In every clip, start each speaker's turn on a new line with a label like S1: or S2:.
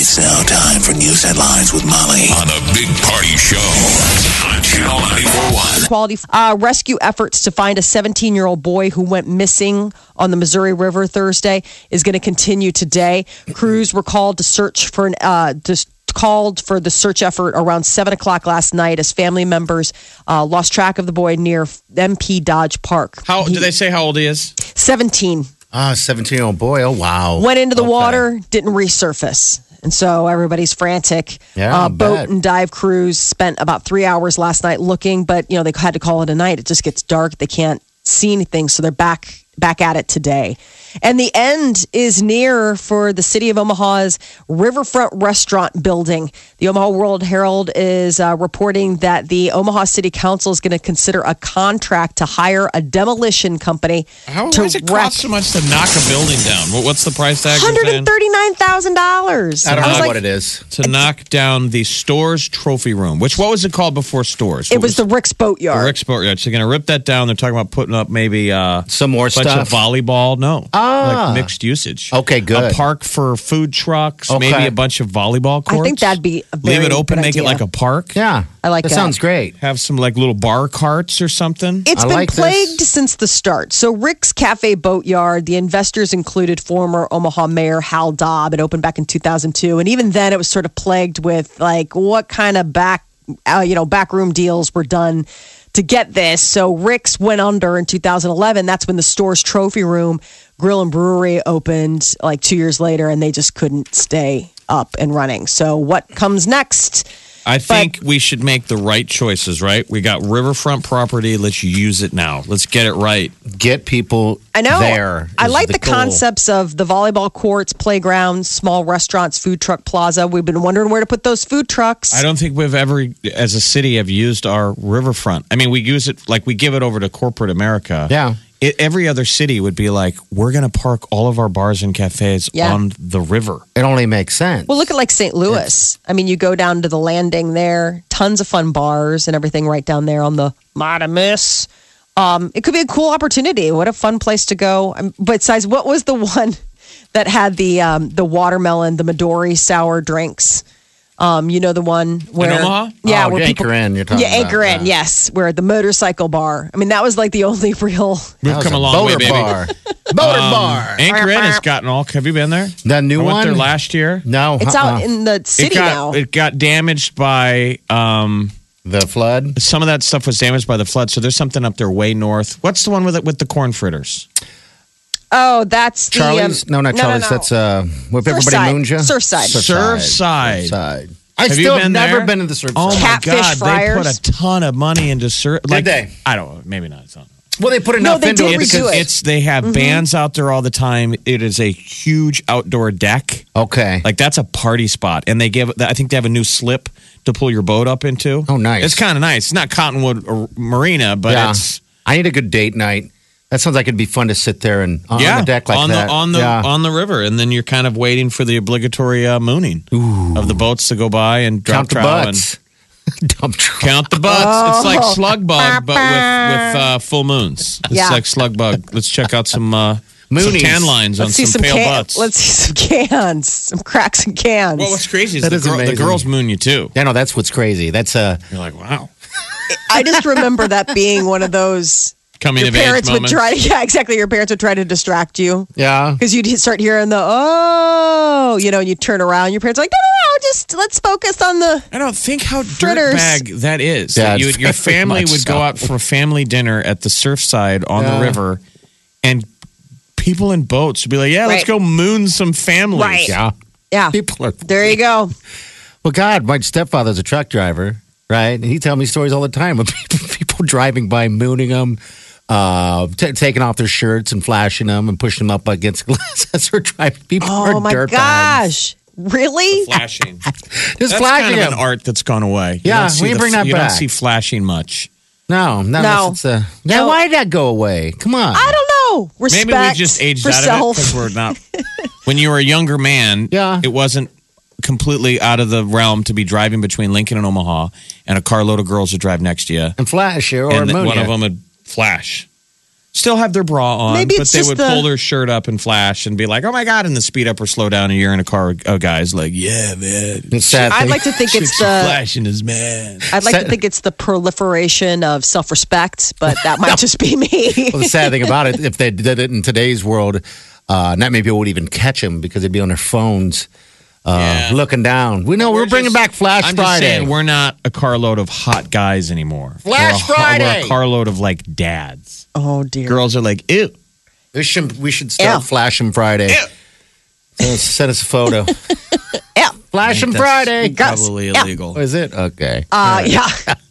S1: It's now time for news headlines with Molly on the Big Party Show on Channel 941.
S2: quality uh, rescue efforts to find a 17 year old boy who went missing on the Missouri River Thursday is going to continue today. Crews were called to search for an uh, just called for the search effort around seven o'clock last night as family members uh, lost track of the boy near MP Dodge Park.
S3: How do they say how old he is?
S2: 17
S4: Ah, 17 year old boy. Oh, wow.
S2: went into the water, didn't resurface. And so everybody's frantic.
S4: Yeah, I'll
S2: uh, boat
S4: bet.
S2: and dive crews spent about three hours last night looking, but you know they had to call it a night. It just gets dark; they can't see anything, so they're back back at it today. And the end is near for the city of Omaha's Riverfront Restaurant Building. The Omaha World Herald is uh, reporting that the Omaha City Council is going to consider a contract to hire a demolition company
S3: How
S2: to
S3: does it
S2: wreck
S3: cost so much to knock a building down? What, what's the price tag? you're
S2: hundred
S3: saying?
S2: and thirty nine thousand dollars.
S4: I don't know what it is.
S3: To knock down the stores trophy room, which what was it called before stores?
S2: It was the Rick's Boatyard.
S3: Rick's Boatyard. So they're gonna rip that down. They're talking about putting up maybe uh,
S4: Some more
S3: a bunch
S4: stuff.
S3: of volleyball. No,
S4: Ah.
S3: like mixed usage.
S4: Okay, good.
S3: A park for food trucks.
S4: Okay.
S3: Maybe a bunch of volleyball
S2: I
S3: courts.
S2: think that'd be a
S3: leave
S2: very
S3: it open,
S2: good
S3: make it
S2: idea.
S3: like a park.
S4: Yeah.
S2: I like
S4: that.
S2: that.
S4: sounds great.
S3: Have some like little bar carts or something.
S2: It's
S4: I
S2: been
S4: like this.
S2: plagued since the start. So Rick's Cafe Boatyard, the investors included former Omaha Mayor Hal Dobb. It opened back in 2002, and even then, it was sort of plagued with like what kind of back, uh, you know, backroom deals were done to get this. So Rick's went under in 2011. That's when the store's trophy room grill and brewery opened like two years later, and they just couldn't stay up and running. So what comes next?
S3: I think we should make the right choices, right? We got riverfront property. Let's use it now. Let's get it right.
S4: Get people
S2: I know.
S4: there.
S2: I
S4: is
S2: like the,
S4: goal.
S2: concepts of the volleyball courts, playgrounds, small restaurants, food truck plaza. We've been wondering where to put those food trucks.
S3: I don't think we've ever, as a city, have used our riverfront. I mean, we use it like we give it over to corporate America.
S4: Yeah.
S3: It, every other city would be like, we're going to park all of our bars and cafes
S2: Yeah.
S3: on the river.
S4: It only makes sense.
S2: well, look at like St. Louis. I mean, you go down to the landing there, tons of fun bars and everything right down there on the Madamus. Um, it could be a cool opportunity. What a fun place to go. Um, but size, what was the one that had the um, the watermelon, the Midori sour drinks? Um, you know the one where
S3: Omaha?
S2: yeah,
S4: Oh,
S2: where people
S4: anchor in. You're talking
S2: Yeah,
S4: about
S2: anchor in.
S4: that.
S2: Yes, we're at the motorcycle bar. I mean, that was like the only real.
S3: We've
S4: That was
S3: come a long way,
S4: boater
S3: baby. Um,
S4: Bar. boater bar.
S3: Anchor Inn has gotten all. Have you been there?
S4: The new
S3: I went there
S4: one?
S3: last year.
S4: No.
S2: It's
S4: uh-uh.
S2: out in the city
S3: it got,
S2: now.
S3: It got damaged by um,
S4: the flood.
S3: some of that stuff was damaged by the flood. So there's something up there way north. What's the one with it with the corn fritters?
S2: oh, that's the, um,
S4: Charlie's? no, not Charlie's.
S2: no.
S4: That's uh, what everybody
S2: Surfside.
S4: moons you.
S2: Surfside.
S3: Surfside.
S4: Surfside. I
S3: Have you
S4: still
S3: been
S4: never
S3: there?
S4: been to the surfside.
S3: Oh
S2: Catfish
S3: my God! They
S2: fryers.
S3: put a ton of money into surf. Did
S4: they?
S3: I don't. know. Maybe not. It's not.
S4: Well, they put enough
S2: they Mm-hmm.
S4: into
S2: did
S4: it
S2: redo
S4: because
S2: it.
S3: It's they have bands out there all the time. It is a huge outdoor deck.
S4: Okay.
S3: Like that's a party spot, and they give. I think they have a new slip to pull your boat up into.
S4: Oh, nice.
S3: It's kind of nice. It's not Cottonwood or Marina, but
S4: yeah.
S3: it's
S4: I need a good date night. That sounds like it'd be fun to sit there and on
S3: yeah
S4: the deck like
S3: on
S4: that.
S3: the on the
S4: yeah.
S3: on the river, and then you're kind of waiting for the obligatory uh, mooning of the boats to go by and
S4: Count
S3: drop
S4: the
S3: trow and
S4: butts. Dump trow.
S3: Count the butts. It's
S2: Oh.
S3: like slug bug, but with with uh, full moons. It's
S2: Yeah.
S3: like slug bug. Let's check out some uh, some
S4: Moonies.
S3: tan lines on
S2: Let's see some
S3: some, pale
S2: can-
S3: butts.
S2: Let's see some cans, some cracks and cans.
S3: well, what's crazy is,
S4: That
S3: the,
S4: is
S3: girl, the
S4: amazing.
S3: girls moon you too.
S4: Yeah, no, that's what's crazy. That's uh,
S3: You're like, wow,
S2: I just remember that being one of those.
S3: coming
S2: Your
S3: of age
S2: parents would
S3: moments.
S2: try to, yeah, exactly. Your parents would try to distract you
S4: yeah.
S2: because you'd start hearing the oh, you know, and you turn around. Your parents are like, no, no, no, just let's focus on the
S3: I don't think how
S2: Fritters.
S3: dirtbag that is.
S4: Yeah,
S3: That you,
S4: it's
S3: your
S4: very
S3: family
S4: much
S3: would go
S4: so.
S3: out for a family dinner at the surfside on the
S4: Yeah.
S3: river, and people in boats would be like, "Yeah, let's
S2: Right.
S3: go moon some families."
S2: Right.
S4: Yeah.
S2: yeah.
S4: People are
S2: There you go.
S4: Well, God, my stepfather's a truck driver, right? And he tell me stories all the time of people, people driving by, mooning them, uh, t- taking off their shirts and flashing them and pushing them up against glass as they're driving. People
S2: Oh
S4: are
S2: my
S4: dirtbags.
S2: gosh. Really?
S3: Flashing.
S4: Just
S3: That's
S4: flashing
S3: kind of
S4: them.
S3: an art that's gone away. You
S4: Yeah,
S3: don't see
S4: we
S3: the-
S4: bring that
S3: You
S4: back.
S3: don't see flashing much.
S4: No, not
S2: No.
S4: unless it's a. Yeah,
S2: No.
S4: why did that go away? Come on.
S2: I don't know. Respect
S3: Maybe we just aged
S2: for
S3: out
S2: self.
S3: of it because we're not. when you were a younger man,
S4: Yeah.
S3: it wasn't completely out of the realm to be driving between Lincoln and Omaha, and a carload of girls would drive next to you,
S4: and flash you or
S3: and
S4: moon
S3: one
S4: you.
S3: of them would flash. Still have their bra on,
S2: Maybe
S3: but
S2: it's
S3: they
S2: just
S3: would
S2: the-
S3: pull their shirt up and flash and be like, "Oh my god!" And the speed up or slow down, and you're in a car. A guy's like, "Yeah, man,
S4: It's sad.
S2: I'd
S4: thing.
S2: like to think it's the
S3: flashing is man."
S2: I'd like to
S4: Set-
S2: think it's the proliferation of self-respect, but that might just be me.
S4: Well, the sad thing about it, if they did it in today's world, uh, not many people would even catch them because they'd be on their phones uh,
S3: Yeah.
S4: looking down. We know we're, bringing
S3: just-
S4: back Flash
S3: I'm just
S4: Friday.
S3: saying, we're not a carload of hot guys anymore.
S4: Flash
S3: We're a ho- We're
S4: Friday.
S3: a carload of like dads.
S2: oh dear.
S3: Girls are like, ew.
S4: we, should, we should start
S2: Ew.
S4: Flashing Friday.
S3: Ew.
S4: Send us, send us a photo.
S2: Yeah.
S4: Flashing
S3: That's
S4: Friday.
S3: Probably
S2: Yeah.
S3: illegal.
S4: Oh, is it? Okay.
S2: Uh, yeah.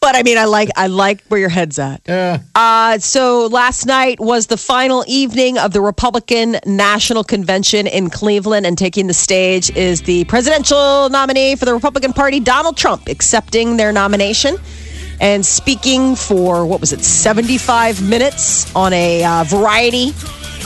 S2: but I mean, I like I like where your head's at.
S4: yeah.
S2: Uh, so last night was the final evening of the Republican National Convention in Cleveland, and taking the stage is the presidential nominee for the Republican Party, Donald Trump, accepting their nomination and speaking for what was it, 75 minutes on a uh, variety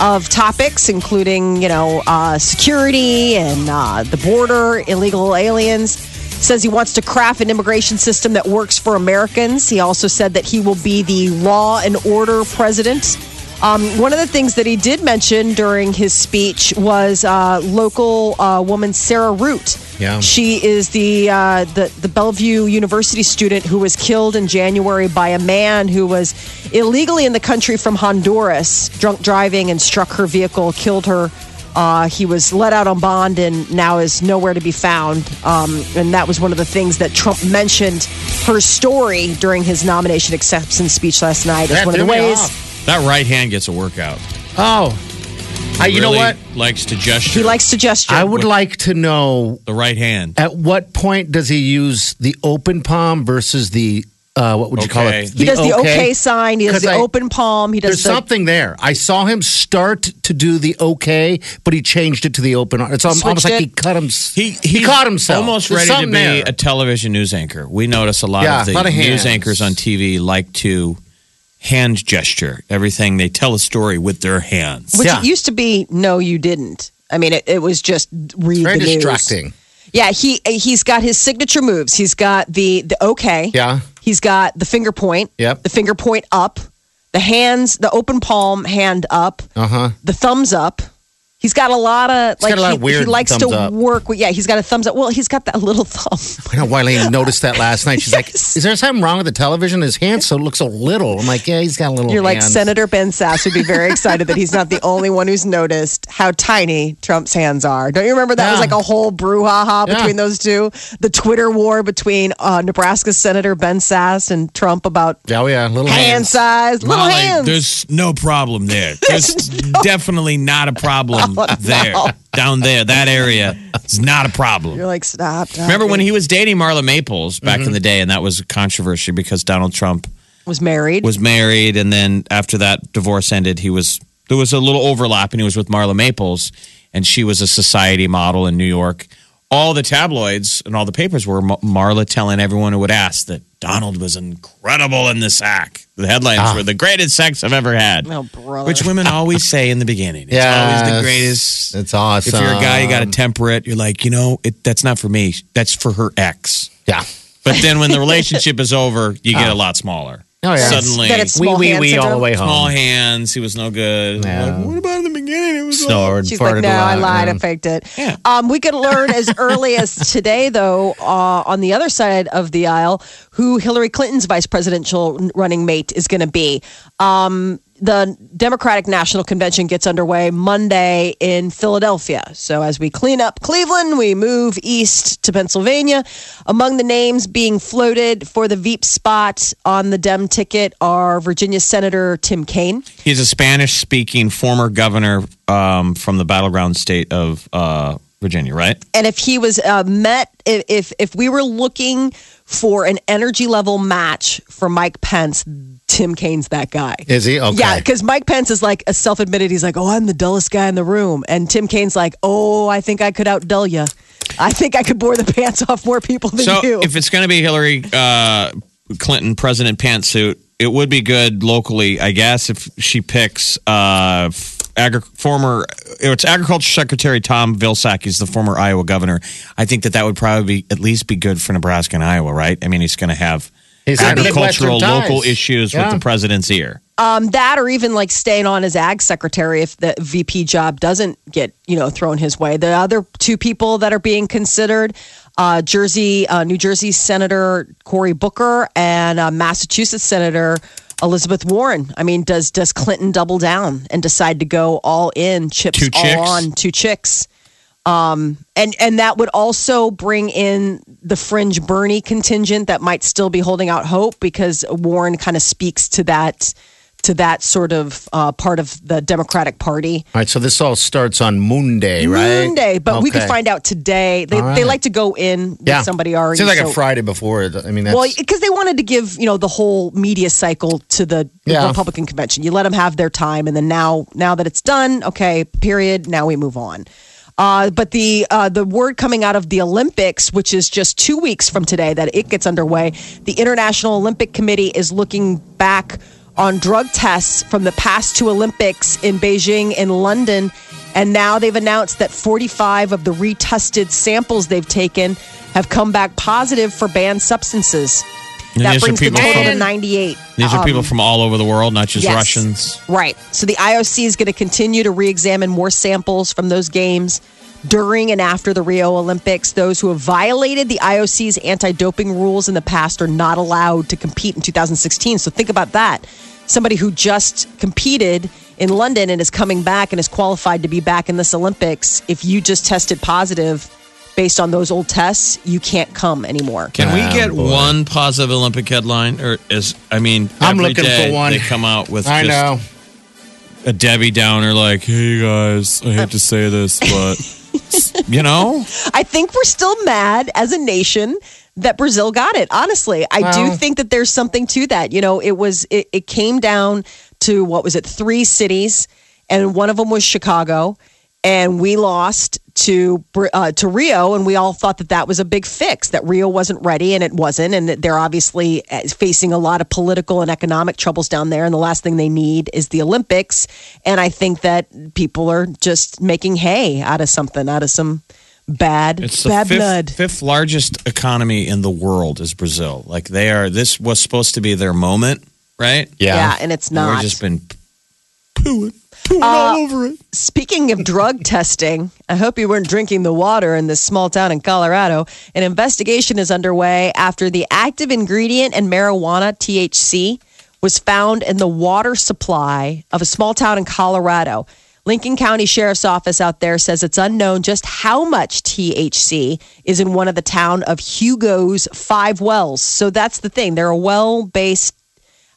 S2: of topics, including you know uh, security and uh, the border, illegal aliens says he wants to craft an immigration system that works for Americans. He also said that he will be the law and order president. Um, one of the things that he did mention during his speech was uh, local uh, woman Sarah Root.
S4: Yeah.
S2: She is the, uh, the the Bellevue University student who was killed in January by a man who was illegally in the country from Honduras, drunk driving, and struck her vehicle, killed her. Uh, he was let out on bond and now is nowhere to be found. Um, and that was one of the things that Trump mentioned her story during his nomination acceptance speech last night. It's
S4: That
S2: one of
S4: threw
S2: the
S4: me
S2: ways.
S4: off.
S3: That right hand gets a workout.
S4: Oh. I, you know
S3: Really
S4: what?
S3: Likes to gesture.
S2: He likes to gesture.
S4: I would like to know
S3: the right hand.
S4: At what point does he use the open palm versus the uh, what would you call
S3: Okay.
S4: it?
S2: he does the okay sign. He does
S4: 'Cause
S2: the
S4: I-
S2: open palm. He does
S4: There's
S2: the
S4: something there. I saw him start to do the okay, but he changed it to the open. It's al-
S2: Switched
S4: almost like
S2: it.
S4: he cut him.
S3: He,
S4: he
S3: he's
S4: caught himself.
S3: Almost
S4: There's
S3: ready to be
S4: something there.
S3: a television news anchor. We notice a lot
S4: Yeah,
S3: of the
S4: a lot of
S3: news
S4: hands.
S3: anchors on TV like to hand gesture everything. They tell a story with their hands.
S2: Which
S4: Yeah.
S2: it used to be, no, you didn't. I mean, it, it was just read
S4: Very
S2: the news.
S4: distracting.
S2: Yeah, he he's got his signature moves. He's got the the okay.
S4: Yeah.
S2: He's got the finger point.
S4: Yep.
S2: The finger point up. The hands, the open palm, hand up.
S4: Uh huh.
S2: The thumbs up. He's got a lot of like
S4: got a lot
S2: he,
S4: of weird
S2: he likes to
S4: thumbs up.
S2: work with. Yeah, he's got a thumbs up. Well, he's got that little thumb.
S4: I know Wileen noticed that last night. She's like,
S2: Yes.
S4: "Is there something wrong with the television? His hands so look so little." I'm like, "Yeah, he's got a little."
S2: You're like
S4: hands."
S2: Senator Ben Sass would be very excited that he's not the only one who's noticed how tiny Trump's hands are. Don't you remember that was
S4: Yeah.
S2: like a whole brouhaha
S4: Yeah.
S2: between those two? The Twitter war between uh, Nebraska Senator Ben Sass and Trump about
S4: Oh yeah, little
S2: hand
S4: hands.
S2: size, little
S3: Molly,
S2: hands.
S3: There's no problem there. There's definitely not a problem
S4: Oh,
S3: there. Down there, that area is not a problem.
S2: You're like, stop. stop.
S3: Remember when he was dating Marla Maples back
S4: Mm-hmm.
S3: in the day, and that was a controversy because Donald Trump
S2: was married?
S3: was married, and then after that divorce ended, he was there was a little overlap, and he was with Marla Maples, and she was a society model in New York. All the tabloids and all the papers were Ma- Marla telling everyone who would ask that Donald was incredible in the sack. The headlines
S4: Ah.
S3: were the greatest sex I've ever had,
S2: oh, brother.
S3: which women always say in the beginning. It's always the
S4: Yes.
S3: greatest.
S4: It's um, awesome.
S3: If you're a guy, you got to temper it. You're like, you know, it, that's not for me. That's for her ex.
S4: yeah.
S3: But then when the relationship is over, you get a lot smaller.
S4: Oh yeah.
S3: Suddenly,
S2: Then it's
S4: we
S2: small
S4: we
S2: hand
S4: we all the
S2: syndrome.
S4: way home.
S3: small hands. He was no good.
S4: Yeah.
S3: Like, what about in the beginning? It was all-
S4: Snored,
S2: She's
S4: farted
S2: like,
S4: a
S2: no, I
S4: lot,
S2: lied.
S4: yeah.
S2: I faked it.
S3: Yeah.
S2: Um, we could learn as early as today, though, uh, on the other side of the aisle, who Hillary Clinton's vice presidential running mate is going to be. Um, the Democratic National Convention gets underway Monday in Philadelphia. So, as we clean up Cleveland, we move east to Pennsylvania. Among the names being floated for the Veep spot on the Dem ticket are Virginia Senator Tim Kaine.
S3: He's a Spanish-speaking former governor um, from the battleground state of uh, Virginia, right?
S2: and if he was uh, met if, if if we were looking for an energy level match for Mike Pence, Tim Kaine's that guy.
S4: Is he? Okay.
S2: Yeah, because Mike Pence is like a self admitted. He's like, oh, I'm the dullest guy in the room, and Tim Kaine's like, oh, I think I could outdull you. I think I could bore the pants off more people than
S3: So
S2: you.
S3: if it's going to be Hillary uh, Clinton president pantsuit, it would be good locally, I guess, if she picks uh, f- agri- former it's Agriculture Secretary Tom Vilsack. He's the former Iowa governor. I think that that would probably be, at least be good for Nebraska and Iowa, right? I mean, he's going to have
S4: He's got
S3: agricultural
S4: Midwestern ties.
S3: local issues
S4: Yeah.
S3: with the president's ear.
S2: um, that or even like staying on as ag secretary if the VP job doesn't get you know thrown his way. The other two people that are being considered, uh, Jersey, uh, New Jersey Senator Cory Booker and uh, Massachusetts Senator Elizabeth Warren. I mean, does does Clinton double down and decide to go all in, chips
S3: Two chicks?
S2: all on two chicks? and and that would also bring in the fringe Bernie contingent that might still be holding out hope because Warren kind of speaks to that to that sort of uh, part of the Democratic Party.
S4: All right, so this all starts on Monday, right?
S2: Monday, but we could
S4: Okay.
S2: find out today. They,
S4: All
S2: they
S4: right.
S2: like to go in with
S4: Yeah.
S2: somebody already.
S4: Seems like a
S2: so-
S4: Friday before. it. I mean, that's,
S2: well, because they wanted to give you know the whole media cycle to the
S4: Yeah.
S2: Republican convention. You let them have their time, and then now now that it's done, okay, period. Now we move on. Uh, but the uh, the word coming out of the Olympics, which is just two weeks from today, that it gets underway. The International Olympic Committee is looking back on drug tests from the past two Olympics in Beijing and London, and now they've announced that 45 of the retested samples they've taken have come back positive for banned substances.
S3: And
S2: That
S3: these are
S2: brings the
S3: people
S2: total to
S3: from-
S2: 98.
S3: These are
S2: Um,
S3: people from all over the world, not just
S2: yes.
S3: Russians.
S2: Right. So the IOC is going to continue to re examine more samples from those games during and after the Rio Olympics. Those who have violated the IOC's anti doping rules in the past are not allowed to compete in 2016. So think about that. Somebody who just competed in London and is coming back and is qualified to be back in this Olympics, if you just tested positive based on those old tests, you can't come anymore.
S3: Can we
S4: Ah,
S3: get
S4: boy.
S3: one positive Olympic headline, or is I mean,
S4: I'm
S3: every
S4: looking
S3: day
S4: for one.
S3: They come out with
S4: I
S3: just
S4: know.
S3: a Debbie Downer, like, hey guys, I hate to say this, but you know,
S2: I think we're still mad as a nation that Brazil got it. Honestly, I do
S4: Well-
S2: think that there's something to that. You know, it was it, it came down to what was it? Three cities, and one of them was Chicago, and we lost to Br- uh, to Rio, and we all thought that that was a big fix that Rio wasn't ready, and it wasn't, and that they're obviously uh, facing a lot of political and economic troubles down there, and the last thing they need is the Olympics, and I think that people are just making hay out of something, out of some bad
S3: it's the
S2: bad
S3: fifth,
S2: blood.
S3: fifth largest economy in the world is Brazil. Like they are, this was supposed to be their moment, right?
S4: Yeah.
S2: and it's
S3: And
S2: not. Uh,
S3: We've just been pooing, pooing all over it.
S2: Speaking of drug testing, I hope you weren't drinking the water in this small town in Colorado. An investigation is underway after the active ingredient in marijuana, THC, was found in the water supply of a small town in Colorado. Lincoln County Sheriff's Office out there says it's unknown just how much THC is in one of the town of Hugo's five wells. So that's the thing. They're a well based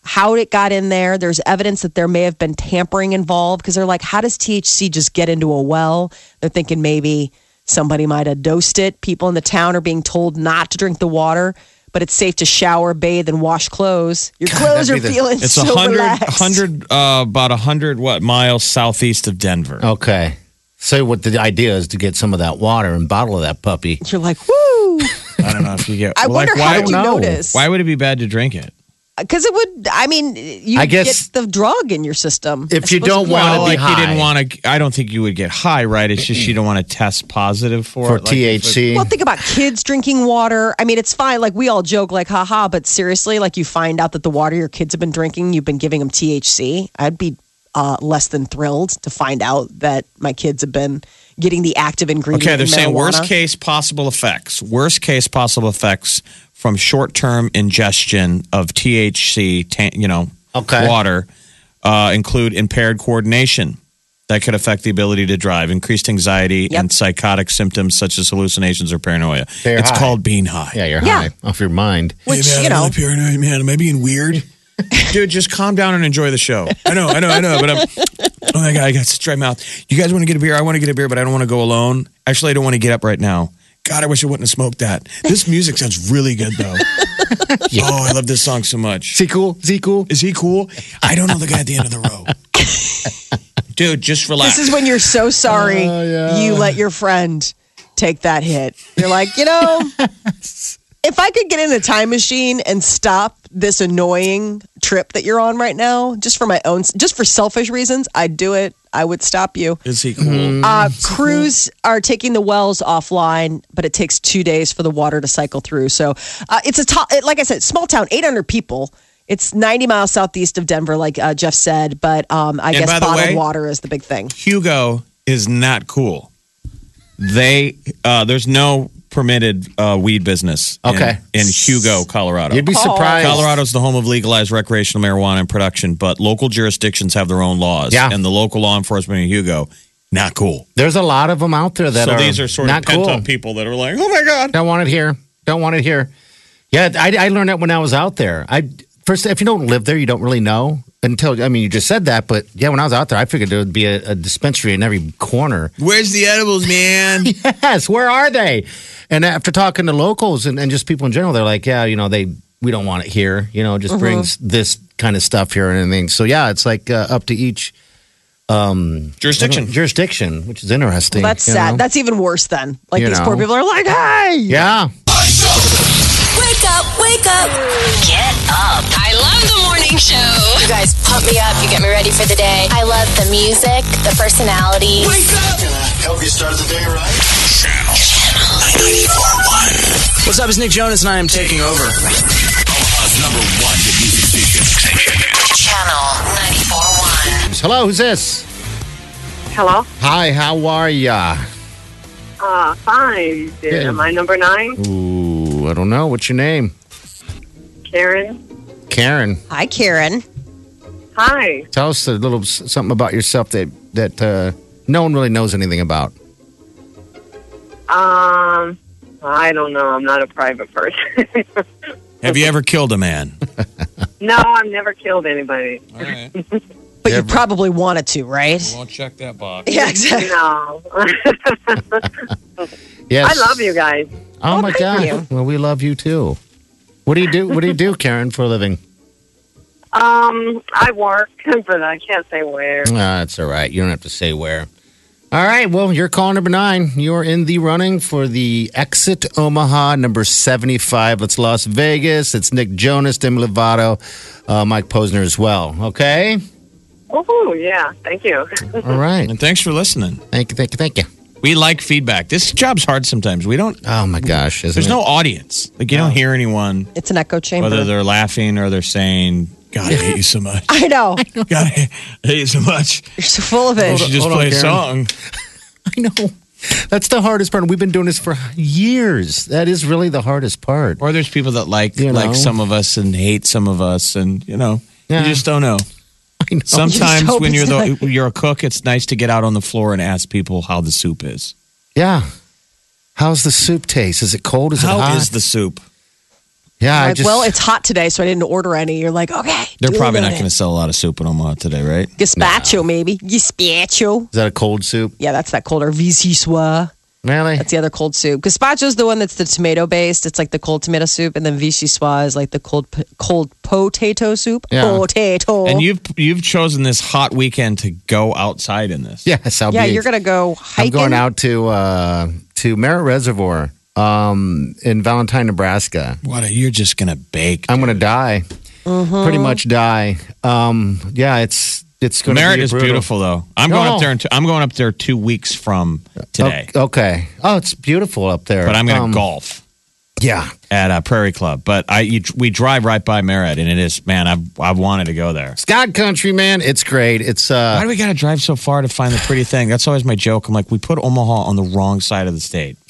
S2: how it got in there. There's evidence that there may have been tampering involved because they're like, how does THC just get into a well? They're thinking maybe somebody might have dosed it. People in the town are being told not to drink the water, but it's safe to shower, bathe, and wash clothes. Your clothes are
S4: that'd be the-
S2: feeling
S3: It's a
S2: so
S3: hundred,
S2: relaxed.
S3: hundred, uh, about a hundred what miles southeast of Denver.
S4: Okay. So what the idea is to get some of that water and bottle of that puppy.
S2: You're like, woo!
S3: I don't know if you get.
S2: I
S3: like,
S2: wonder
S3: why,
S2: how you
S4: no.
S2: notice
S3: why would it be bad to drink it?
S2: because it would. I mean, you
S4: I guess-
S2: get the drug in your system
S4: If
S2: It's
S4: you
S2: supposed
S4: don't
S2: to be-
S4: want
S3: Well,
S4: to be
S3: like you didn't
S4: high.
S3: want to. I don't think you would get high, right? It's just you don't want to test positive for
S4: for
S3: it. Like, if it-
S4: THC.
S2: Well, think about kids drinking water. I mean, it's fine. Like we all joke, like haha, but seriously, like you find out that the water your kids have been drinking, you've been giving them THC. I'd be uh, less than thrilled to find out that my kids have been getting the active ingredient.
S3: Okay,
S2: in
S3: they're saying worst
S2: marijuana.
S3: case possible effects. Worst case possible effects from short term ingestion of THC, ta- you know,
S4: Okay.
S3: water, uh, include impaired coordination that could affect the ability to drive, increased anxiety,
S2: Yep.
S3: and psychotic symptoms such as hallucinations or paranoia.
S4: They're
S3: it's
S4: high.
S3: called being high.
S4: yeah, you're
S2: Yeah.
S4: high off your mind.
S2: Which you know,
S3: paranoid, man. Am I being weird? Dude, just calm down and enjoy the show. I know, I know, I know, but I'm. Oh my god, I got to dry mouth. You guys want to get a beer? I want to get a beer, but I don't want to go alone. Actually, I don't want to get up right now. God, I wish I wouldn't have smoked that. This music sounds really good, though. Oh, I love this song so much.
S4: Is he cool? Is he cool?
S3: Is he cool? I don't know the guy at the end of the row. Dude, just relax.
S2: This is when you're so sorry you let your friend take that hit. You're like, you know, if I could get in a time machine and stop this annoying trip that you're on right now, just for my own, just for selfish reasons, I'd do it. I would stop you.
S3: Is he cool?
S2: Uh, crews are taking the wells offline, but it takes two days for the water to cycle through. So uh, it's a top, like I said, small town, 800 people. It's 90 miles southeast of Denver, like uh, Jeff said, but um, I
S3: And
S2: guess
S3: by the
S2: bottled
S3: way-
S2: water is the big thing.
S3: Hugo is not cool. They uh, there's no permitted uh, weed business. in-
S4: Okay.
S3: In, Hugo, Colorado.
S4: You'd be surprised.
S3: Colorado's the home of legalized recreational marijuana and production, but local jurisdictions have their own laws.
S4: Yeah.
S3: And the local law enforcement in Hugo, not cool.
S4: There's a lot of them out there that
S3: so
S4: are
S3: these are sort
S4: not
S3: of pent
S4: cool.
S3: up people that are like, oh my God.
S4: Don't want it here. Don't want it here. Yeah, I, I learned that when I was out there. I first, if you don't live there, you don't really know until I mean, you just said that, but yeah, when I was out there, I figured there would be a, a dispensary in every corner.
S3: Where's the edibles, man?
S4: Yes, where are they? And after talking to locals and, and just people in general, they're like, yeah, you know, they we don't want it here. You know, it
S2: Uh-huh.
S4: just brings this kind of stuff here and everything. So yeah, it's like uh, up to each
S3: Jurisdiction.
S4: jurisdiction, which is interesting.
S2: That's
S4: you
S2: sad.
S4: know?
S2: That's even worse then. Like
S4: You
S2: these poor
S4: know.
S2: people are like, hey.
S4: yeah.
S5: Wake up, wake up. Get up. I love the morning show. You guys pump me up. You get me ready for the day. I love the music, the personality.
S1: Help you start the day right. Channel 941.
S6: What's up? It's Nick Jonas, and I am taking over.
S1: Omaha's number one hit music station.
S5: Channel 941.
S4: Hello, who's this?
S7: Hello?
S4: Hi, how are ya?
S7: Uh, fine.
S4: Yeah.
S7: Am I number nine?
S4: Ooh, I don't know. What's your name?
S7: Karen?
S4: Karen.
S2: Hi, Karen.
S7: Hi.
S4: Tell us a little s- something about yourself that that uh, no one really knows anything about.
S7: Um, I don't know. I'm not a private person.
S3: Have you ever killed a man?
S7: no, I've never killed anybody.
S3: All right.
S2: But
S4: Yeah,
S2: you probably wanted to, right?
S3: Won't check that box.
S2: Yeah, exactly.
S7: No. I
S4: Yes,
S7: love you guys.
S4: Oh, my god.
S2: you.
S4: Well, we love you too. What do you do? What do you do, Karen, for a living?
S7: Um, I work, but I can't say where.
S4: Uh, that's all right. You don't have to say where. All right. Well, you're caller number nine. You're in the running for the Exit Omaha number 75. It's Las Vegas. It's Nick Jonas, Demi Lovato, uh, Mike Posner as well. Okay.
S7: Oh, yeah. Thank you.
S4: All right.
S3: And thanks for listening.
S4: Thank you. Thank you. Thank you.
S3: We like feedback. This job's hard sometimes. We don't
S4: Oh my gosh. Isn't
S3: there's
S4: it?
S3: no audience. Like you don't hear anyone
S2: It's an echo chamber.
S3: whether they're laughing or they're saying, God, I hate you so much.
S2: I know. You're
S3: God, I hate you so much.
S2: so full of it.
S3: She just
S4: hold on,
S3: play a
S4: Karen.
S3: song.
S4: I know. That's the hardest part. We've been doing this for years. That is really the hardest part.
S3: Or there's people that like
S4: You know.
S3: like some of us and hate some of us, and you know,
S4: Yeah. Oh,
S3: you just don't know.
S4: I know.
S3: Sometimes
S2: hope
S3: when you're
S2: it's
S3: the you're a cook, it's nice to get out on the floor and ask people how the soup is.
S4: Yeah. How's the soup taste? Is it cold? Is
S3: How
S4: it
S3: is
S4: hot?
S3: the soup?
S4: yeah, I
S2: Like,
S4: just,
S2: well, it's hot today, so I didn't order any. You're like, okay.
S3: They're
S2: do
S3: probably not
S2: it.
S3: going to sell a lot of soup in Omaha today, right?
S2: Gazpacho, maybe. Gazpacho.
S4: is that a cold soup?
S2: Yeah, that's that colder. Vichyssoise.
S4: Really?
S2: That's the other cold soup. Gazpacho is the one that's the tomato based. It's like the cold tomato soup, and then vichyssoise is like the cold p- cold potato soup.
S4: Yeah.
S2: Potato.
S3: And you've you've chosen this hot weekend to go outside in this.
S4: yes, I'll
S2: yeah,
S4: be.
S2: you're gonna go
S4: I'm
S2: hiking.
S4: going out to uh, to Merritt Reservoir um, in Valentine, Nebraska.
S3: What? You're just going to bake.
S4: I'm going to die, pretty much die. Um, yeah, it's it's going to
S3: Merritt
S4: be
S3: is
S4: brutal.
S3: beautiful, though. I'm going
S4: No.
S3: up there. In two, I'm going up there two weeks from today,
S4: O- Okay. Oh, it's beautiful up there.
S3: but I'm going to
S4: Um,
S3: golf.
S4: Yeah,
S3: at uh, Prairie Club, but I you, we drive right by Merritt, and it is man, I I wanted to go there.
S4: Scott Country, man. It's great. It's
S3: Why
S4: uh,
S3: do we got to drive so far to find the pretty thing? That's always my joke. I'm like, we put Omaha on the wrong side of the state.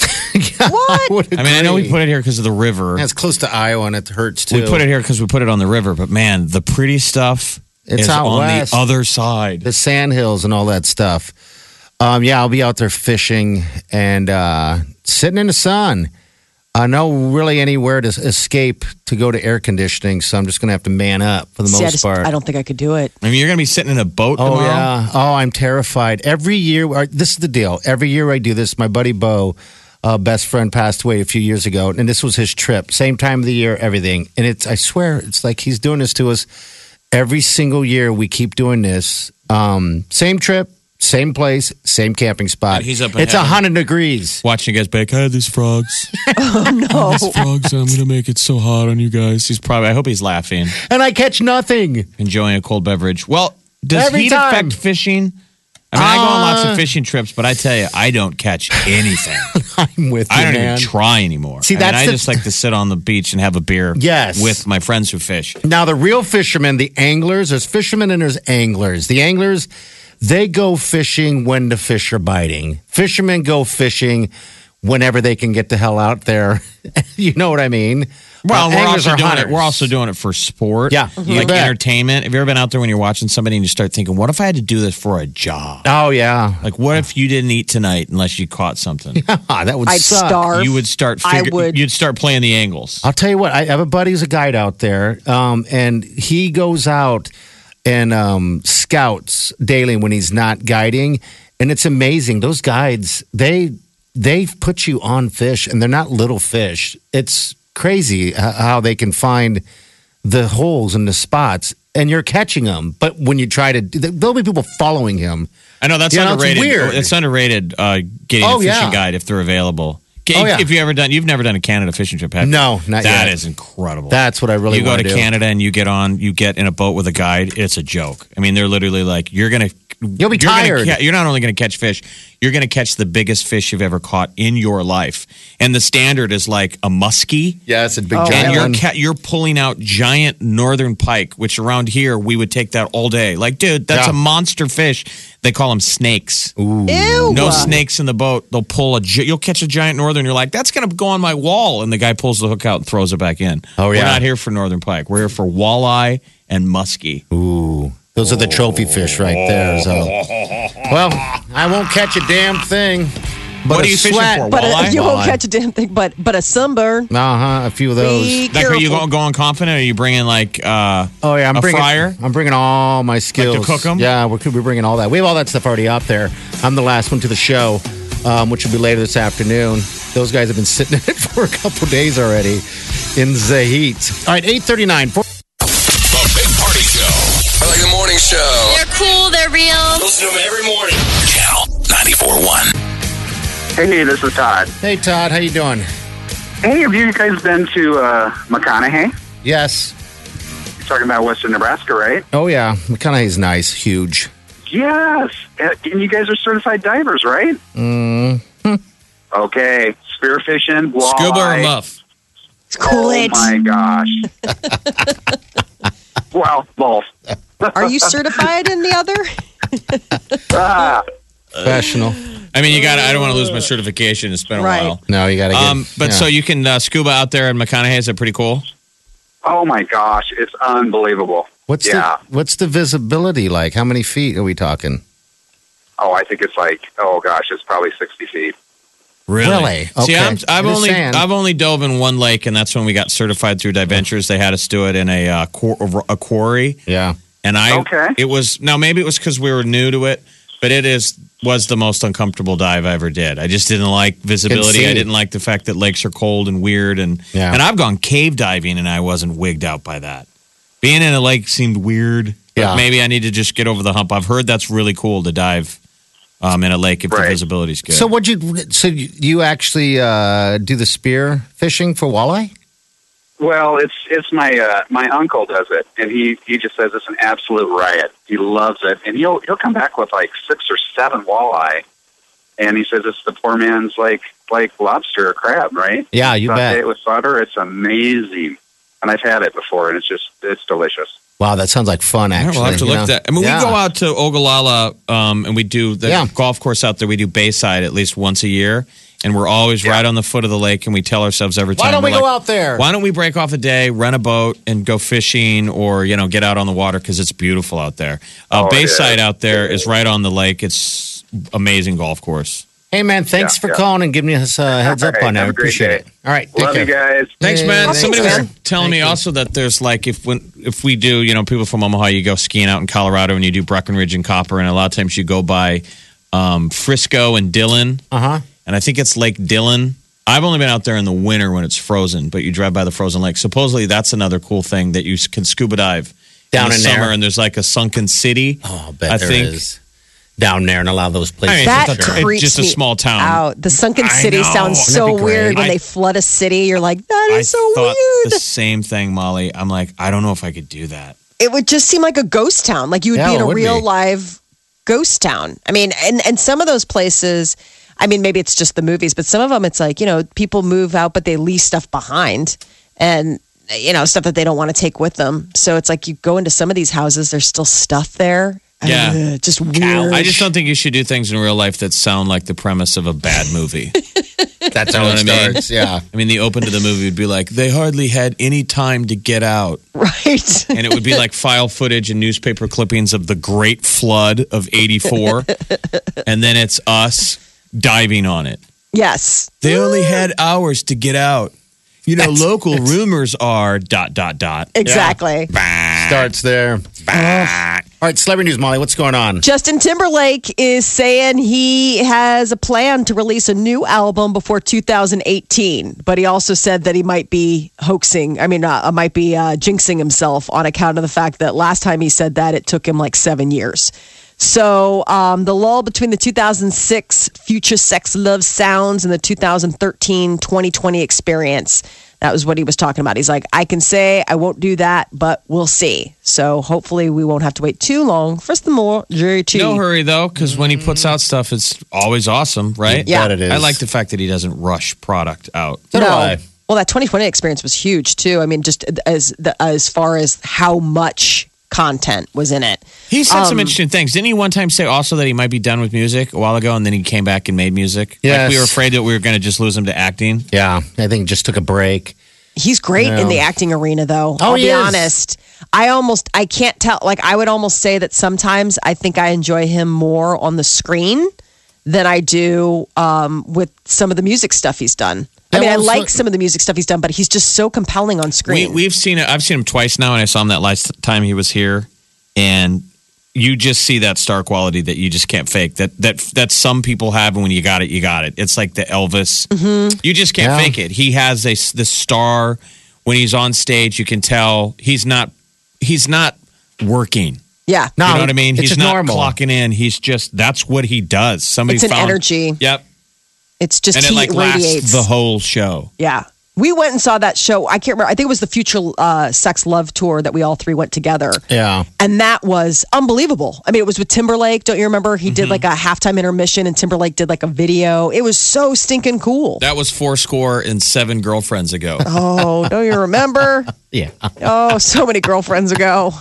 S4: I, would
S3: I mean, I know we
S4: agree.
S3: put it here because of the river.
S4: Yeah, it's close to Iowa, and it hurts too.
S3: we put it here because we put it on the river. But man, the pretty stuff
S4: It's
S3: is
S4: out
S3: on
S4: west.
S3: the other side.
S4: the sand hills and all that stuff. Um, yeah, I'll be out there fishing and uh, sitting in the sun. I know really anywhere to s- escape to go to air conditioning, so I'm just gonna have to man up for the
S2: See, I,
S4: most
S2: just-
S4: part.
S2: I don't think I could do it.
S3: I mean, you're gonna be sitting in a boat
S4: Oh
S3: tomorrow.
S4: yeah. Oh, I'm terrified. Every year, or this is the deal. Every year I do this. My buddy Bo, uh, best friend passed away a few years ago, and this was his trip. Same time of the year, everything. And it's I swear, it's like he's doing this to us every single year. We keep doing this. Um, same trip, same place, same camping spot.
S3: And he's up in
S4: It's a
S3: heaven.
S4: hundred degrees.
S3: Watching you guys bake, I had these frogs.
S2: Oh, No.
S3: frogs, I'm going to make it so hot on you guys. He's probably, I hope he's laughing,
S4: and I catch nothing.
S3: enjoying a cold beverage. Well, does
S4: Every
S3: heat
S4: time. Uh.
S3: affect fishing? I mean, I go on lots of fishing trips, but I tell you, I don't catch anything.
S4: I'm with you,
S3: I don't
S4: man.
S3: even try anymore.
S4: See,
S3: I
S4: that's
S3: mean, I
S4: the-
S3: just like to sit on the beach and have a beer
S4: Yes.
S3: with my friends who fish.
S4: now the real fishermen, the anglers, there's fishermen and there's anglers. The anglers, they go fishing when the fish are biting. Fishermen go fishing whenever they can get the hell out there. you know what I mean?
S3: Well,
S4: Uh,
S3: we're
S4: anglers
S3: also
S4: are
S3: doing it.
S4: hunters.
S3: We're also doing it for sport.
S4: Yeah, you
S3: like
S4: bet.
S3: entertainment. Have you ever been out there when you're watching somebody and you start thinking, "What if I had to do this for a job?
S4: Oh yeah,
S3: Like, what if you didn't eat tonight unless you caught something?
S4: Ah, that would
S2: I'd
S4: suck.
S2: starve.
S3: you would start.
S2: I
S3: Figure-
S2: would-
S3: You'd start playing the angles.
S4: I'll tell you what, I have a buddy who's a guide out there, um, and he goes out and um, scouts daily when he's not guiding, and it's amazing. Those guides they they put you on fish, and they're not little fish. It's crazy h- how they can find the holes and the spots, and you're catching them. But when you try to, there'll be people following him.
S3: I know that's
S4: You know, it's
S3: underrated.
S4: weird.
S3: It's underrated. Uh, getting
S4: Oh,
S3: a fishing
S4: yeah.
S3: guide if they're available.
S4: Oh, yeah.
S3: If you ever done, you've never done a Canada fishing trip, have you?
S4: No, not
S3: That
S4: yet.
S3: is incredible.
S4: That's what I really
S3: you go
S4: wanna
S3: to
S4: do.
S3: Canada and you get on, you get in a boat with a guide. It's a joke. I mean, they're literally like, you're gonna,
S4: You'll be
S3: you're gonna
S4: tired.
S3: ca- you're not only gonna catch fish, you're gonna catch the biggest fish you've ever caught in your life. And the standard is like a muskie.
S4: Yeah, it's a big
S3: Oh, And you're ca- you're pulling out giant northern pike, which around here we would take that all day. Like, dude, that's
S4: Yeah.
S3: a monster fish. They call them snakes.
S2: Ew.
S3: No snakes in the boat. They'll pull a. gi- You'll catch a giant northern. You're like, that's gonna go on my wall, and the guy pulls the hook out and throws it back in.
S4: Oh,
S3: We're
S4: yeah.
S3: not here for northern pike. We're here for walleye and muskie.
S4: Those are the trophy fish right there. So, well, I won't catch a damn thing. But
S3: What
S4: a
S3: are you fishing
S4: sweat.
S3: for?
S2: But uh
S3: Walleye?
S2: you won't
S3: Walleye.
S2: catch a damn thing. But but a sunburn.
S4: Uh huh. A few of those.
S2: Be
S3: Like, are Oh, you
S2: careful.
S3: going, going confident? Or are you bringing like? Uh,
S4: oh yeah, I'm
S3: a
S4: bringing.
S3: fryer?
S4: I'm bringing all my skills.
S3: cook 'em?
S4: Yeah, we're we're bringing all that. We have all that stuff already out there. I'm the last one to the show, um, which will be later this afternoon. Those guys have been sitting in it for a couple days already, in the heat. All right, 8:39. Four-
S1: The Big Party Show.
S6: I like the morning show.
S5: They're cool, they're real.
S6: Listen to them every morning.
S1: Channel 94.1.
S8: Hey, this is Todd.
S4: Hey Todd, how you doing?
S8: Hey, have you guys been to uh, McConaughey?
S4: Yes.
S8: You're talking about Western Nebraska, right?
S4: Oh yeah, McConaughey's nice, huge.
S8: Yes. Uh, And you guys are certified divers, right? Mm. Okay. Spearfishing, walleye.
S3: Scuba or muff?
S2: Cool
S8: Oh
S2: it.
S8: my gosh. well, both.
S2: Are you certified in the other?
S8: Ah.
S4: Professional.
S3: I mean, you got. to I don't want to lose my certification. It's been a
S2: Right.
S3: while.
S4: No, you gotta get.
S3: Um, but
S4: yeah.
S3: so you can uh, scuba out there in McConaughey. Is it pretty cool?
S8: Oh my gosh, it's unbelievable.
S4: What's
S8: yeah.
S4: the what's the visibility like? How many feet are we talking?
S8: Oh, I think it's like oh gosh, it's probably sixty feet.
S4: Really?
S3: See,
S4: Okay.
S3: I'm, I've
S4: In the
S3: only
S4: sand.
S3: I've only dove in one lake, and that's when we got certified through Diventures. They had us do it in a uh, quar- a quarry,
S4: Yeah.
S3: and I
S8: Okay.
S3: it was now maybe it was because we were new to it, but it is was the most uncomfortable dive I ever did. I just didn't like visibility.
S4: see.
S3: I didn't like the fact that lakes are cold and weird, and
S4: Yeah.
S3: and I've gone cave diving, and I wasn't wigged out by that. Being in a lake seemed weird. but
S4: Yeah.
S3: maybe I need to just get over the hump. I've heard that's really cool to dive um, in a lake if the
S8: Right.
S3: visibility's good.
S4: So what you so you you actually uh, do the spear fishing for walleye?
S8: Well, it's it's my uh, my uncle does it, and he he just says it's an absolute riot. He loves it, and he'll he'll come back with like six or seven walleye, and he says it's the poor man's like like lobster or crab, right?
S4: Yeah, you
S8: Saute
S4: bet.
S8: it with butter. It's amazing, and I've had it before, and it's just it's delicious.
S4: Wow, that sounds like fun.
S3: All right,
S4: Actually,
S3: we'll have to
S4: you
S3: look
S4: know?
S3: that. I mean,
S4: Yeah.
S3: we go out to Ogallala um, and we do the
S4: Yeah.
S3: golf course out there. We do Bayside at least once a year, and we're always right on the foot of the lake. And we tell ourselves every time,
S4: Why don't we
S3: we're
S4: go
S3: like,
S4: out there?
S3: Why don't we break off a day, rent a boat, and go fishing, or you know, get out on the water because it's beautiful out there. Uh,
S8: Oh, it
S3: Bayside
S8: is.
S3: out there is right on the lake. It's amazing golf course.
S4: Hey man, thanks
S8: Yeah,
S4: for
S8: yeah.
S4: calling and giving us a heads up
S8: All right,
S4: on that.
S8: have
S4: I
S8: a great
S4: appreciate
S8: day.
S4: it. All right, take
S8: Love
S4: care.
S8: you guys.
S3: Thanks, man.
S4: Thanks,
S3: Somebody
S4: man.
S3: was telling me also that there's like if when if we do, you know, people from Omaha, you go skiing out in Colorado and you do Breckenridge and Copper, and a lot of times you go by um, Frisco and Dillon,
S4: Uh huh.
S3: and I think it's Lake Dillon. I've only been out there in the winter when it's frozen, but you drive by the frozen lake. Supposedly, that's another cool thing that you s- can scuba dive
S4: Down
S3: the
S4: in there.
S3: summer. And there's like a sunken city.
S4: Oh, I bet
S3: I
S4: there
S3: think-
S4: is. down there in a lot of those
S3: I
S4: places.
S3: mean,
S2: That
S3: it's just a- it's
S2: creeps
S3: just a
S2: me
S3: small town.
S2: Out. The sunken
S3: I
S2: city
S3: know.
S2: sounds
S3: Wouldn't
S2: so
S4: that be great?
S2: weird when
S3: I-
S2: they flood a city. You're like, that is
S3: I
S2: so
S3: thought
S2: weird.
S3: the same thing, Molly. I'm like, I don't know if I could do that.
S2: it would just seem like a ghost town. Like you would
S4: Yeah,
S2: be in
S4: it
S2: a
S4: would
S2: real
S4: be.
S2: live ghost town. I mean, and and some of those places, I mean, maybe it's just the movies, but some of them, it's like you know, people move out, but they leave stuff behind, and you know, stuff that they don't want to take with them. So it's like you go into some of these houses, there's still stuff there.
S3: Yeah.
S2: Ugh, just weird.
S3: I just don't think you should do things in real life that sound like the premise of a bad movie.
S4: That's how it
S3: You know what I mean?
S4: starts. Yeah.
S3: I mean, the open to the movie would be like, they hardly had any time to get out.
S2: right.
S3: And it would be like file footage and newspaper clippings of the great flood of 84. and then it's us diving on it.
S2: yes.
S3: They only
S2: Ah.
S3: had hours to get out. You know, local rumors are dot, dot, dot.
S2: Exactly.
S4: Starts there. All right, celebrity news, Molly. What's going on?
S2: Justin Timberlake is saying he has a plan to release a new album before 2018, but he also said that he might be hoaxing. I mean, uh, might be uh, jinxing himself on account of the fact that last time he said that it took him like seven years. So um, the lull between the 2006 Future Sex Love Sounds and the 2013 2020 Experience. That was what he was talking about. He's like, I can say I won't do that, but we'll see. So hopefully we won't have to wait too long for some more JT.
S3: No hurry, though, because when he puts out stuff, it's always awesome, right?
S2: Yeah.
S4: That it is.
S3: I like the fact that he doesn't rush product out.
S4: So do
S2: No.
S4: I.
S2: Well, that 2020 experience was huge too. I mean, just as the, as far as how much content was in it.
S3: He said some interesting things. Didn't he one time say also that he might be done with music a while ago and then he came back and made music?
S4: Yes.
S3: Like we were afraid that we were going to just lose him to acting.
S4: Yeah, I think just took a break.
S2: He's great in the acting arena, though.
S4: Oh,
S2: I'll
S4: he
S2: be
S4: is.
S2: honest. I almost I can't tell. Like I would almost say that sometimes I think I enjoy him more on the screen than I do um, with some of the music stuff he's done. I
S4: Yeah,
S2: mean, I
S4: well, so-
S2: like some of the music stuff he's done, but he's just so compelling on
S3: We,
S2: screen.
S3: we've seen it. I've seen him twice now and I saw him that last time he was here. And you just see that star quality that you just can't fake that that that some people have and when you got it you got it it's like the elvis you just can't
S4: Yeah.
S3: fake it he has a s- the star when he's on stage you can tell he's not he's not working
S2: yeah,
S4: No,
S3: you know what I mean?
S4: It's
S3: He's
S4: just
S3: not
S4: normal.
S3: clocking in. He's just that's what he does. Somebody
S2: It's an
S3: found-
S2: energy.
S3: Yep,
S2: it's just
S3: and it
S2: he
S3: like
S2: radiates
S3: lasts the whole show.
S2: Yeah. We went and saw that show. I can't remember. I think it was the Future uh, Sex Love Tour that we all three went together.
S4: Yeah.
S2: And that was unbelievable. I mean, it was with Timberlake. Don't you remember? He did like a halftime intermission and Timberlake did like a video. It was so stinking cool.
S3: That was four score and seven girlfriends ago.
S2: oh, don't you remember?
S4: Yeah.
S2: Oh, so many girlfriends ago.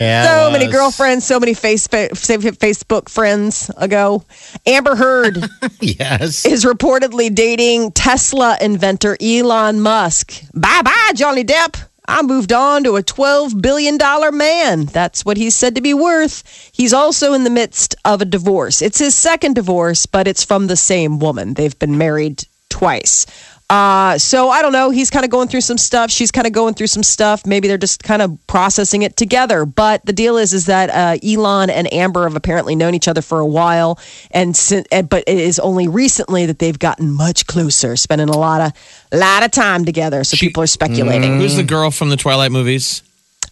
S4: Yeah,
S2: So
S4: it
S2: many
S4: was.
S2: girlfriends, so many face, fa- Facebook friends ago. Amber Heard
S4: Yes.
S2: is reportedly dating Tesla inventor Elon Musk. Bye bye, Johnny Depp. I moved on to a $12 billion man. That's what he's said to be worth. He's also in the midst of a divorce. It's his second divorce, but it's from the same woman. They've been married twice. Uh, so I don't know. He's kind of going through some stuff. She's kind of going through some stuff. Maybe they're just kind of processing it together. But the deal is, is that uh, Elon and Amber have apparently known each other for a while, and, sin- and but it is only recently that they've gotten much closer, spending a lot of lot of time together. So people are speculating.
S3: Who's the girl from the Twilight movies?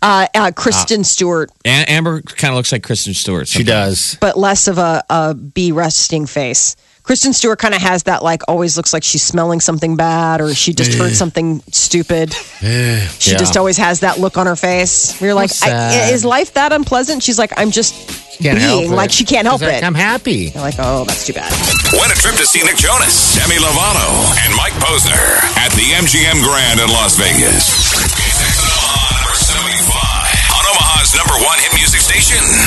S2: Uh, uh, Kristen Stewart,
S3: An- Amber kind of looks like Kristen Stewart.
S4: She does.
S2: but less of a, a bee resting face. Kristen Stewart kind of has that like always looks like she's smelling something bad or she just heard something stupid. she
S4: Yeah.
S2: just always has that look on her face. You're like,
S4: So
S2: I,
S4: sad.
S2: is life that unpleasant? She's like, I'm just
S4: Can't help
S2: being
S4: it.
S2: like she can't help
S4: She's like,
S2: it.
S4: I'm happy.
S2: You're like, oh, that's too bad.
S1: Win a trip to see Nick Jonas, Demi Lovato, and Mike Posner at the MGM Grand in Las Vegas. It's Omaha number 75 on Omaha's number one hit music station,